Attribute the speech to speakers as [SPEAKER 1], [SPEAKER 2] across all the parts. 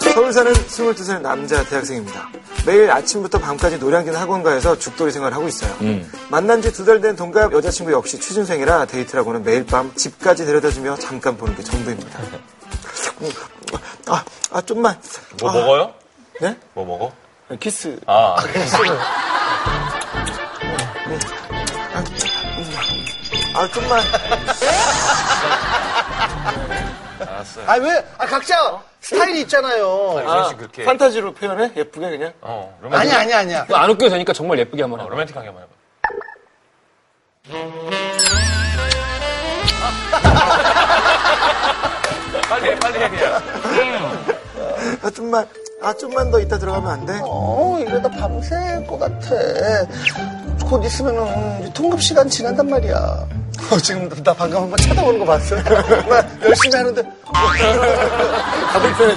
[SPEAKER 1] 서울 사는 22살 남자 대학생입니다. 매일 아침부터 밤까지 노량진 학원가에서 죽돌이 생활을 하고 있어요.
[SPEAKER 2] 음.
[SPEAKER 1] 만난 지 두 달 된 동갑 여자친구 역시 취준생이라 데이트라고는 매일 밤 집까지 데려다주며 잠깐 보는 게 전부입니다. 음, 아, 아 좀만.
[SPEAKER 2] 뭐
[SPEAKER 1] 아,
[SPEAKER 2] 먹어요?
[SPEAKER 1] 네?
[SPEAKER 2] 뭐 먹어?
[SPEAKER 1] 키스.
[SPEAKER 2] 아,
[SPEAKER 1] 아 좀만.
[SPEAKER 2] 알았어요.
[SPEAKER 3] 아, 왜? 아, 각자 스타일이 있잖아요.
[SPEAKER 2] 이런 식 그렇게.
[SPEAKER 1] 판타지로 표현해? 예쁘게 그냥?
[SPEAKER 2] 어, 로맨틱, 어,
[SPEAKER 3] 아니, 아니, 아니야.
[SPEAKER 4] 안 웃겨도 되니까 정말 예쁘게 한번 해봐.
[SPEAKER 2] 로맨틱하게 한번 해봐. 빨리 해, 빨리 해, 그냥.
[SPEAKER 1] 아 좀만. 아 좀만 더 이따 들어가면 안 돼?
[SPEAKER 3] 어, 이러다 밤샐 것 같아. 곧 있으면은 통금 시간 지난단 말이야. 어, 지금 나 방금 한번 쳐다보는 거 봤어? 나 열심히 하는데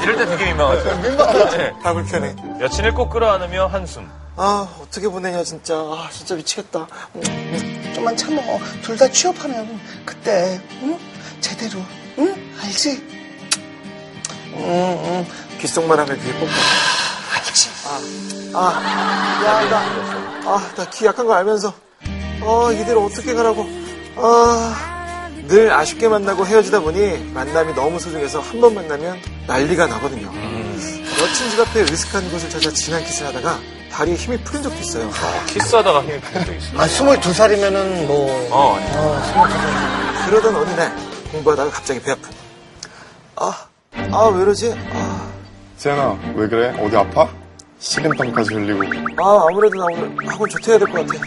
[SPEAKER 2] 이럴 때 되게 민망하죠.
[SPEAKER 3] 민망하지?
[SPEAKER 1] 다 불편해.
[SPEAKER 2] 여친을 꼭 끌어안으며 한숨.
[SPEAKER 1] 아 어떻게 보내냐 진짜. 아 진짜 미치겠다. 음.
[SPEAKER 3] 좀만 참어. 둘 다 취업하면 그때, 응? 제대로, 응? 알지?
[SPEAKER 1] 귓속만 하면 귀에 뽀뽀. 아, 아, 야, 나, 아, 나 귀 약한 거 알면서, 아, 이대로 어떻게 가라고, 아, 늘 아쉽게 만나고 헤어지다 보니 만남이 너무 소중해서 한 번 만나면 난리가 나거든요. 여친 집 앞에 으슥한 곳을 찾아 진한 키스를 하다가 다리에 힘이 풀린 적도 있어요.
[SPEAKER 2] 키스하다가 힘이 풀린 적 있어.
[SPEAKER 3] 아, 22살이면은 뭐.
[SPEAKER 2] 어, 아니.
[SPEAKER 3] 어, 22살.
[SPEAKER 1] 그러던 어느 날 공부하다가 갑자기 배 아픈. 아, 아, 왜 이러지? 아,
[SPEAKER 5] 세나 왜 그래? 어디 아파? 식은땀까지 흘리고
[SPEAKER 1] 아, 아무래도 나 오늘 학원 조퇴해야 될 것 같아.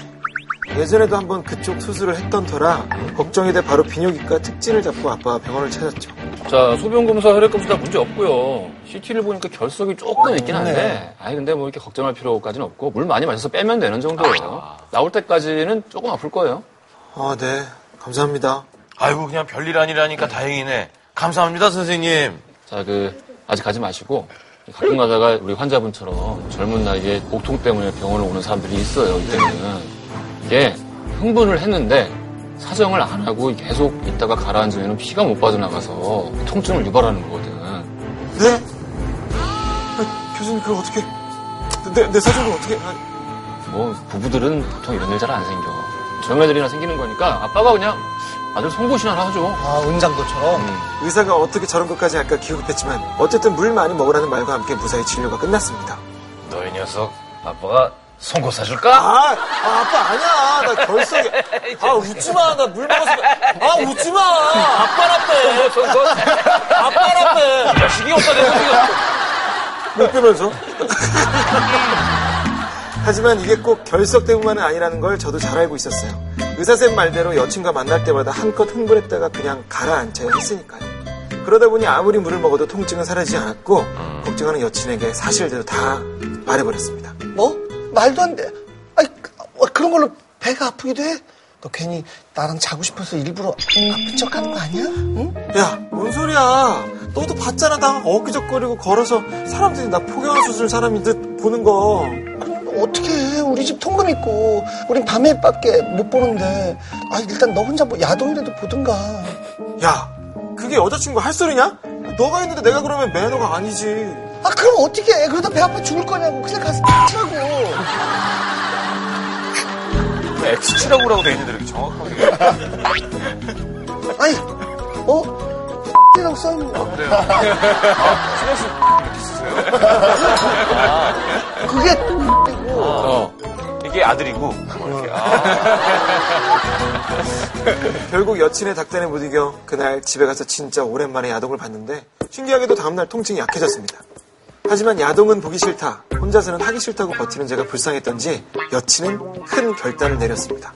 [SPEAKER 1] 예전에도 한번 그쪽 수술을 했던 터라 걱정이 돼 바로 비뇨기과 특진을 잡고 아빠가 병원을 찾았죠.
[SPEAKER 4] 자, 소변 검사, 혈액 검사 다 문제 없고요. CT를 보니까 결석이 조금 있긴 한데, 아니 근데 뭐 이렇게 걱정할 필요까지는 없고 물 많이 마셔서 빼면 되는 정도예요. 나올 때까지는 조금 아플 거예요.
[SPEAKER 1] 아, 네. 감사합니다.
[SPEAKER 2] 아이고, 그냥 별일 아니라니까 다행이네. 감사합니다, 선생님.
[SPEAKER 4] 자, 그 아직 가지 마시고 가끔 가다가 우리 환자분처럼 젊은 나이에 복통 때문에 병원을 오는 사람들이 있어요. 이때는 이게 흥분을 했는데 사정을 안 하고 계속 있다가 가라앉으면 피가 못 빠져나가서 통증을 유발하는 거거든.
[SPEAKER 1] 네? 아, 교수님, 그걸 어떻게. 내, 내 사정을 어떻게. 아,
[SPEAKER 4] 뭐 부부들은 보통 이런 일 잘 안 생겨. 정애들이나 생기는 거니까 아빠가 그냥 아들 송곳이나 하나 하죠.
[SPEAKER 3] 아, 은장도처럼.
[SPEAKER 1] 의사가 어떻게 저런 것까지 할까 기겁했지만 어쨌든 물 많이 먹으라는 말과 함께 무사히 진료가 끝났습니다.
[SPEAKER 2] 너희 녀석, 아빠가 송곳 사줄까?
[SPEAKER 1] 아, 아 아빠 아니야. 나 결석이. 아, 웃지 마. 나 물 먹었으면. 아, 웃지 마.
[SPEAKER 2] 아빠라빼!
[SPEAKER 6] 어,
[SPEAKER 2] 송곳! 아빠라빼! 야식이 없다, 내 자식아.
[SPEAKER 1] 못 빼면서. 하지만 이게 꼭 결석 때문만은 아니라는 걸 저도 잘 알고 있었어요. 의사쌤 말대로 여친과 만날 때마다 한껏 흥분했다가 그냥 가라앉혀야 했으니까요. 그러다 보니 아무리 물을 먹어도 통증은 사라지지 않았고 걱정하는 여친에게 사실대로 다 말해버렸습니다.
[SPEAKER 3] 뭐? 말도 안 돼. 아이, 그, 어, 그런 걸로 배가 아프기도 해. 너 괜히 나랑 자고 싶어서 일부러 아픈 척 하는 거 아니야? 응?
[SPEAKER 1] 야, 뭔 소리야. 너도 봤잖아. 나 엊그저거리고 걸어서 사람들이 나 포경을 수술 사람인 듯 보는 거.
[SPEAKER 3] 그럼 어떻게 해? 우리 집 통금 있고, 우린 밤에 밖에 못 보는데. 아, 일단 너 혼자 뭐 야동이라도 보든가. 아,
[SPEAKER 1] 야, 그게 여자친구 할 소리냐? 너가 있는데 내가 그러면 매너가 아니지.
[SPEAKER 3] 아, 그럼 어떻게 해? 그러다 배 아파 죽을 거냐고. 그냥 가서 치라고.
[SPEAKER 2] 엑스치라고 라고 돼 있는데 이렇게 정확하게.
[SPEAKER 3] 아니, 어? 이라고 써있는 거. 그래요? 아, 쓰레쉬 이렇게 쓰세요? 그게 이고
[SPEAKER 2] 어. 이게 아들이고.
[SPEAKER 1] 결국 여친의 닥달에 못 이겨 그날 집에 가서 진짜 오랜만에 야동을 봤는데 신기하게도 다음날 통증이 약해졌습니다. 하지만 야동은 보기 싫다, 혼자서는 하기 싫다고 버티는 제가 불쌍했던지 여친은 큰 결단을 내렸습니다.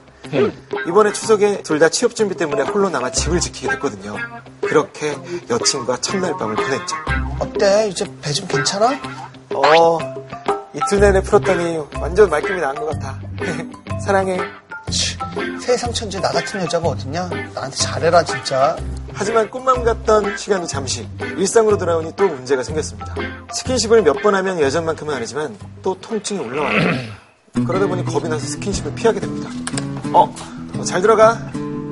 [SPEAKER 1] 이번에 추석에 둘 다 취업 준비 때문에 홀로 남아 집을 지키게 됐거든요. 그렇게 여친과 첫날 밤을 보냈죠.
[SPEAKER 3] 어때? 이제 배 좀 괜찮아?
[SPEAKER 1] 어, 이틀 내내 풀었더니 완전 말끔히 나은 것 같아. 사랑해.
[SPEAKER 3] 치, 세상 천재 나 같은 여자가 어딨냐? 나한테 잘해라, 진짜.
[SPEAKER 1] 하지만 꿈만 같던 시간이 잠시 일상으로 돌아오니 또 문제가 생겼습니다. 스킨십을 몇 번 하면 예전만큼은 아니지만 또 통증이 올라와요. 그러다 보니 겁이 나서 스킨십을 피하게 됩니다. 어, 어, 잘 들어가.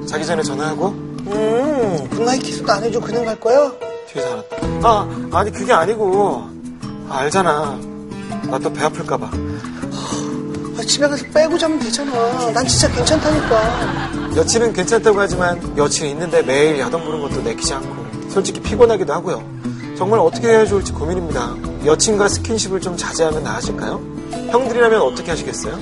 [SPEAKER 1] 자기 전에 전화하고
[SPEAKER 3] 음, 굿나잇 키스도 안 해줘. 그냥 갈 거야?
[SPEAKER 1] 뒤에서 알았다. 아, 아니 그게 아니고 아, 알잖아. 나 또 배 아플까봐.
[SPEAKER 3] 아, 집에 가서 빼고 자면 되잖아. 난 진짜 괜찮다니까.
[SPEAKER 1] 여친은 괜찮다고 하지만 여친이 있는데 매일 야동 보는 것도 내키지 않고 솔직히 피곤하기도 하고요. 정말 어떻게 해야 좋을지 고민입니다. 여친과 스킨십을 좀 자제하면 나아질까요? 형들이라면 어떻게 하시겠어요?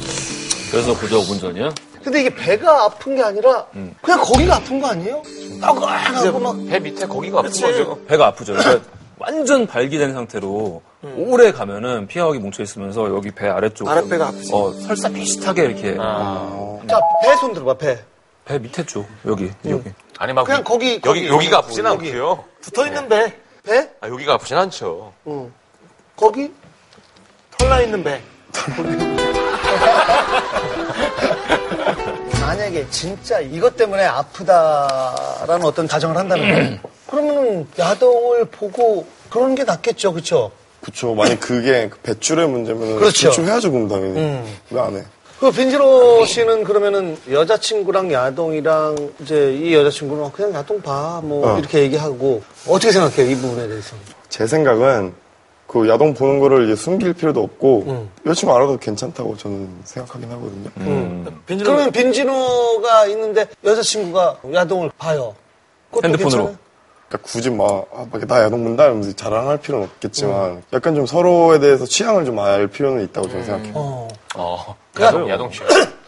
[SPEAKER 4] 그래서 그저 5분 전이야?
[SPEAKER 3] 근데 이게 배가 아픈 게 아니라 그냥 거기가 아픈 거 아니에요? 떠글하고 막
[SPEAKER 7] 배 밑에 거기가 아픈
[SPEAKER 1] 그치.
[SPEAKER 7] 거죠.
[SPEAKER 6] 배가 아프죠. 그러니까 완전 발기된 상태로 오래 가면은 피하기 뭉쳐 있으면서 여기 배 아래쪽
[SPEAKER 1] 아랫배가 아프지.
[SPEAKER 6] 어 설사 비슷하게 이렇게
[SPEAKER 3] 자 배 손 들어봐 배.
[SPEAKER 6] 배 밑에 쪽 여기 여기
[SPEAKER 2] 아니 막
[SPEAKER 3] 그냥 거기,
[SPEAKER 2] 여기
[SPEAKER 3] 거기.
[SPEAKER 2] 여기가 아프진
[SPEAKER 3] 여기.
[SPEAKER 2] 않고요.
[SPEAKER 1] 붙어 있는 배,
[SPEAKER 3] 배?
[SPEAKER 2] 아, 여기가 아프진 않죠.
[SPEAKER 3] 응. 거기?
[SPEAKER 1] 털나 있는 배.
[SPEAKER 3] 만약에 진짜 이것 때문에 아프다라는 어떤 가정을 한다면 그러면은 야동을 보고 그러는 게 낫겠죠, 그렇죠?
[SPEAKER 5] 그쵸. 만약 그게 그 배출의 문제면
[SPEAKER 3] 그렇죠. 음.
[SPEAKER 5] 배출해야죠, 그럼 당연히. 왜 안 해?
[SPEAKER 3] 그 빈지로 씨는 그러면은 여자친구랑 야동이랑 이제 이 여자친구는 그냥 야동 봐 뭐
[SPEAKER 5] 어.
[SPEAKER 3] 이렇게 얘기하고 어떻게 생각해요 이 부분에 대해서?
[SPEAKER 5] 제 생각은 그 야동 보는 거를 이제 숨길 필요도 없고
[SPEAKER 3] 음.
[SPEAKER 5] 여자친구 알아도 괜찮다고 저는 생각하긴 하거든요. 음.
[SPEAKER 1] 빈지노
[SPEAKER 3] 그러면 빈지노가 있는데 여자친구가 야동을 봐요. 그것도
[SPEAKER 6] 핸드폰으로.
[SPEAKER 3] 괜찮아요?
[SPEAKER 5] 그러니까 굳이 막, 아, 막나 야동 본다 이러면서 자랑할 필요는 없겠지만 약간 좀 서로에 대해서 취향을 좀 알 필요는 있다고 저는 생각해요.
[SPEAKER 3] 어.
[SPEAKER 2] 어.
[SPEAKER 3] 그러니까-
[SPEAKER 2] 야동, 야동 씨.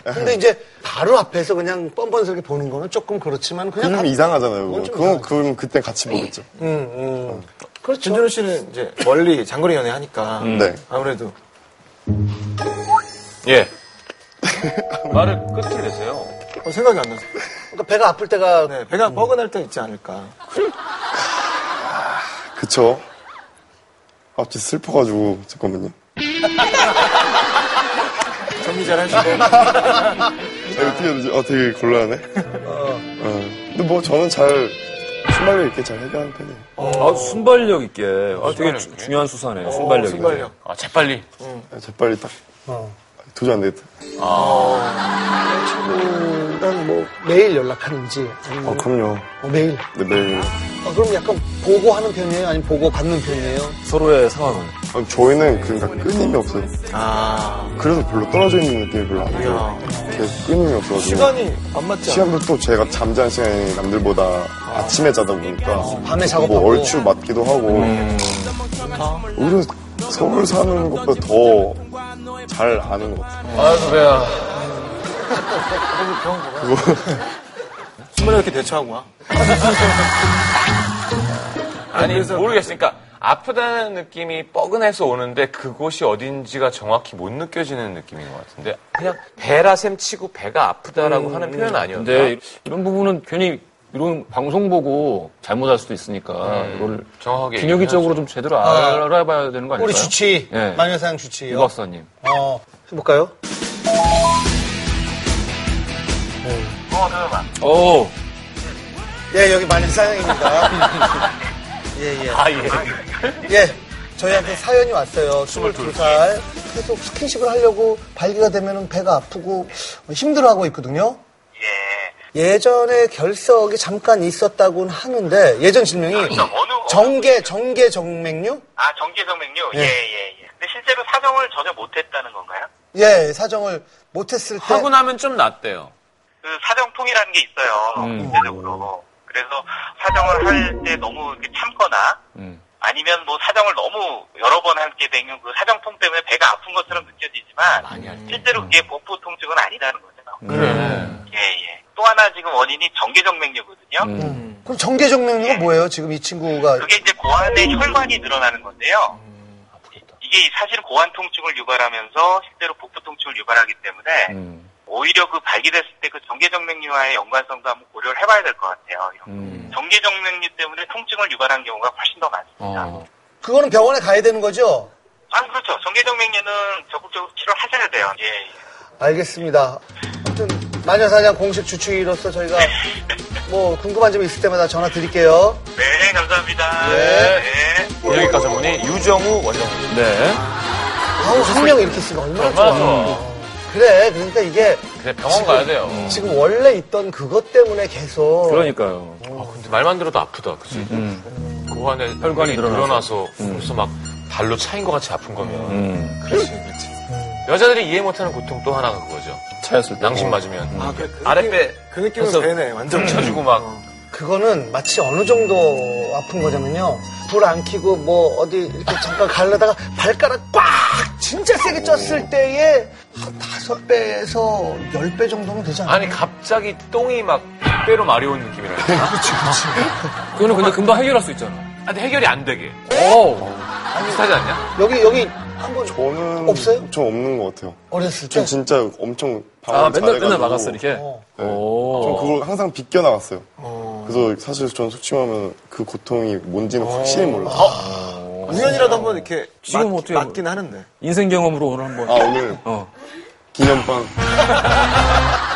[SPEAKER 3] 근데 이제 바로 앞에서 그냥 뻔뻔스럽게 보는 거는 조금 그렇지만 그냥
[SPEAKER 1] 음,
[SPEAKER 5] 그럼
[SPEAKER 3] 가-
[SPEAKER 5] 음, 이상하잖아요. 그거.
[SPEAKER 3] 그건 좀
[SPEAKER 5] 그건 그럼 그때 같이 보겠죠.
[SPEAKER 3] 음, 음. 그렇죠.
[SPEAKER 1] 빈지노 씨는 이제 멀리 장거리 연애 하니까
[SPEAKER 5] 네.
[SPEAKER 1] 아무래도
[SPEAKER 2] 음, 예. 말을 끝을 내세요.
[SPEAKER 1] 어, 생각이 안 나서.
[SPEAKER 3] 그러니까 배가 아플 때가
[SPEAKER 1] 네, 배가
[SPEAKER 2] 음.
[SPEAKER 1] 뻐근할 때 있지 않을까.
[SPEAKER 5] 그쵸? 갑자기 슬퍼가지고 잠깐만요.
[SPEAKER 1] 정리 잘 하시고.
[SPEAKER 5] 아, 어떻게 해야 되지? 아, 되게 곤란하네. 어. 근데 뭐 저는 잘 순발력 있게 잘 해결하는 편이에요.
[SPEAKER 6] 아 순발력 있게 아 되게 주- 중요한 수사네 순발력 있게
[SPEAKER 1] 순발력.
[SPEAKER 2] 아, 재빨리.
[SPEAKER 5] 아, 재빨리 딱.
[SPEAKER 3] 어.
[SPEAKER 5] 도저히 안 되겠다.
[SPEAKER 3] 친구랑 뭐 매일 연락하는지 아니면
[SPEAKER 5] 아, 그럼요.
[SPEAKER 3] 뭐 매일.
[SPEAKER 5] 네, 매일.
[SPEAKER 3] 아, 그럼 약간 보고하는 편이에요? 아니면 보고 받는 편이에요?
[SPEAKER 6] 서로의 상황을
[SPEAKER 5] 아, 저희는 그러니까 끊임이 없어요.
[SPEAKER 1] 아,
[SPEAKER 5] 그래서 별로 떨어져 있는 느낌이 별로 안 들어요. 계속 끊임이 없어가지고.
[SPEAKER 1] 시간이 안 맞지 않아?
[SPEAKER 5] 도또 제가 잠자는 시간이 남들보다 아. 침에 자다 보니까
[SPEAKER 3] 밤에
[SPEAKER 5] 뭐
[SPEAKER 3] 작업하고.
[SPEAKER 5] 얼추 맞기도 하고 오히려 서울 사는 것보다 더 잘 아는 것 같아요.
[SPEAKER 4] 아이고, 배야.
[SPEAKER 1] 순발력 이렇게 대처하고 와.
[SPEAKER 2] 아니, 모르겠으니까 아프다는 느낌이 뻐근해서 오는데 그곳이 어딘지가 정확히 못 느껴지는 느낌인 것 같은데 그냥 배라셈 치고 배가 아프다라고 하는 표현은 아니었나?
[SPEAKER 4] 근데 이런 부분은 괜히 이런 방송 보고 잘못할 수도 있으니까 이거를
[SPEAKER 2] 정확하게
[SPEAKER 4] 비뇨기적으로 좀 제대로 알아봐야 되는 거 아닐까요?
[SPEAKER 3] 우리 주치,
[SPEAKER 4] 예.
[SPEAKER 3] 마녀사냥 주치요.
[SPEAKER 4] 유 박사님.
[SPEAKER 3] 어, 해볼까요?
[SPEAKER 6] 오
[SPEAKER 3] 예, 여기 마녀사냥입니다. 예, 예.
[SPEAKER 2] 아, 예.
[SPEAKER 3] 예. 저희한테 사연이 왔어요. 22살. 계속 스킨십을 하려고 발기가 되면 배가 아프고 힘들어하고 있거든요. 예. 예전에 결석이 잠깐 있었다고는 하는데, 예전 질명이
[SPEAKER 8] 결석, 어느-
[SPEAKER 3] 정계, 정계 정맥류?
[SPEAKER 8] 아, 정계성맥류?
[SPEAKER 3] 예.
[SPEAKER 8] 예, 예, 예. 근데 실제로 사정을 전혀 못했다는 건가요?
[SPEAKER 3] 예, 사정을 못했을 때.
[SPEAKER 2] 하고 나면 좀 낫대요.
[SPEAKER 8] 그 사정통이라는 게 있어요,
[SPEAKER 3] 음.
[SPEAKER 8] 전체적으로. 그래서 사정을 할 때 너무 이렇게 참거나,
[SPEAKER 3] 음.
[SPEAKER 8] 아니면 뭐 사정을 너무 여러 번 함께 되면 그 사정통 때문에 배가 아픈 것처럼 느껴지지만, 실제로 그게 복부 통증은 아니라는 거죠.
[SPEAKER 3] 네.
[SPEAKER 2] 그래.
[SPEAKER 8] 예, 예. 또 하나 지금 원인이 정계정맥류거든요.
[SPEAKER 3] 음. 그럼 정계 정맥류가 뭐예요? 지금 이 친구가.
[SPEAKER 8] 그게 이제 고환의
[SPEAKER 4] 음.
[SPEAKER 8] 혈관이 늘어나는 건데요.
[SPEAKER 4] 아,
[SPEAKER 8] 이게 사실 고환 통증을 유발하면서 실제로 복부 통증을 유발하기 때문에
[SPEAKER 4] 음.
[SPEAKER 8] 오히려 그 발기됐을 때 그 정계정맥류와의 연관성도 한번 고려를 해봐야 될 것 같아요. 이런 거.
[SPEAKER 4] 음.
[SPEAKER 8] 정계정맥류 때문에 통증을 유발한 경우가 훨씬 더 많습니다.
[SPEAKER 4] 어.
[SPEAKER 3] 그거는 병원에 가야 되는 거죠?
[SPEAKER 8] 아, 그렇죠. 정계정맥류는 적극적으로 치료를 하셔야 돼요. 예, 예.
[SPEAKER 3] 알겠습니다. 아무튼 마녀사냥 공식 주치의로서 저희가 뭐 궁금한 점이 있을 때마다 전화 드릴게요.
[SPEAKER 8] 네, 감사합니다.
[SPEAKER 4] 예.
[SPEAKER 8] 네.
[SPEAKER 2] 여기까지 보니 유정우 원장님.
[SPEAKER 6] 네.
[SPEAKER 3] 아우 성명 이렇게 쓰면 얼마나
[SPEAKER 2] 얼마나
[SPEAKER 3] 좋아.
[SPEAKER 2] 좋아.
[SPEAKER 3] 그래 그러니까 이게
[SPEAKER 2] 음. 그래, 병원 가야 돼요.
[SPEAKER 3] 지금 원래 있던 그것 때문에 계속
[SPEAKER 6] 그러니까요
[SPEAKER 2] 어, 아, 근데 말만 들어도 아프다, 그치? 고환에 혈관이
[SPEAKER 6] 늘어나서.
[SPEAKER 2] 늘어나서 벌써 막 발로 차인 것 같이 아픈 거면
[SPEAKER 6] 음.
[SPEAKER 1] 그렇지, 그렇지.
[SPEAKER 2] 여자들이 이해 못하는 고통 또 하나가 그거죠.
[SPEAKER 6] 차였을 때.
[SPEAKER 2] 낭심
[SPEAKER 6] 뭐.
[SPEAKER 2] 맞으면
[SPEAKER 1] 아, 그, 그
[SPEAKER 2] 아랫배
[SPEAKER 1] 그 느낌은
[SPEAKER 2] 해서
[SPEAKER 1] 되네, 완전.
[SPEAKER 2] 쳐주고 막
[SPEAKER 3] 그거는 마치 어느 정도 아픈 거냐면요. 불 안 켜고 뭐 어디 이렇게 잠깐 가려다가 발가락 꽉 진짜 세게 쪘을 때에 한 다섯 배에서 열 배 정도는 되지 않아요?
[SPEAKER 2] 아니 갑자기 똥이 막 배로 마려운 느낌이라.
[SPEAKER 6] 그거는 근데 금방 해결할 수 있잖아.
[SPEAKER 2] 근데 해결이 안 되게
[SPEAKER 6] 오.
[SPEAKER 2] 비슷하지 않냐?
[SPEAKER 3] 여기 여기 한번
[SPEAKER 5] 저는
[SPEAKER 3] 없어요?
[SPEAKER 5] 저 없는 것 같아요.
[SPEAKER 3] 어렸을 때
[SPEAKER 5] 전 진짜 엄청 방어
[SPEAKER 6] 아, 맨날,
[SPEAKER 5] 잘해가지고
[SPEAKER 6] 맨날 막았어, 이렇게.
[SPEAKER 3] 어.
[SPEAKER 5] 네. 전
[SPEAKER 6] 오.
[SPEAKER 5] 그걸 항상 비껴 나갔어요. 그래서 사실 전 숙취하면 그 고통이
[SPEAKER 6] 어.
[SPEAKER 5] 뭔지는 확실히 몰라요.
[SPEAKER 1] 우연이라도 한번 이렇게
[SPEAKER 6] 지금
[SPEAKER 1] 맞,
[SPEAKER 6] 어떻게
[SPEAKER 1] 맞긴 하는데.
[SPEAKER 6] 어. 인생 경험으로 오늘 한번.
[SPEAKER 5] 아 오늘
[SPEAKER 6] 어.
[SPEAKER 5] 기념빵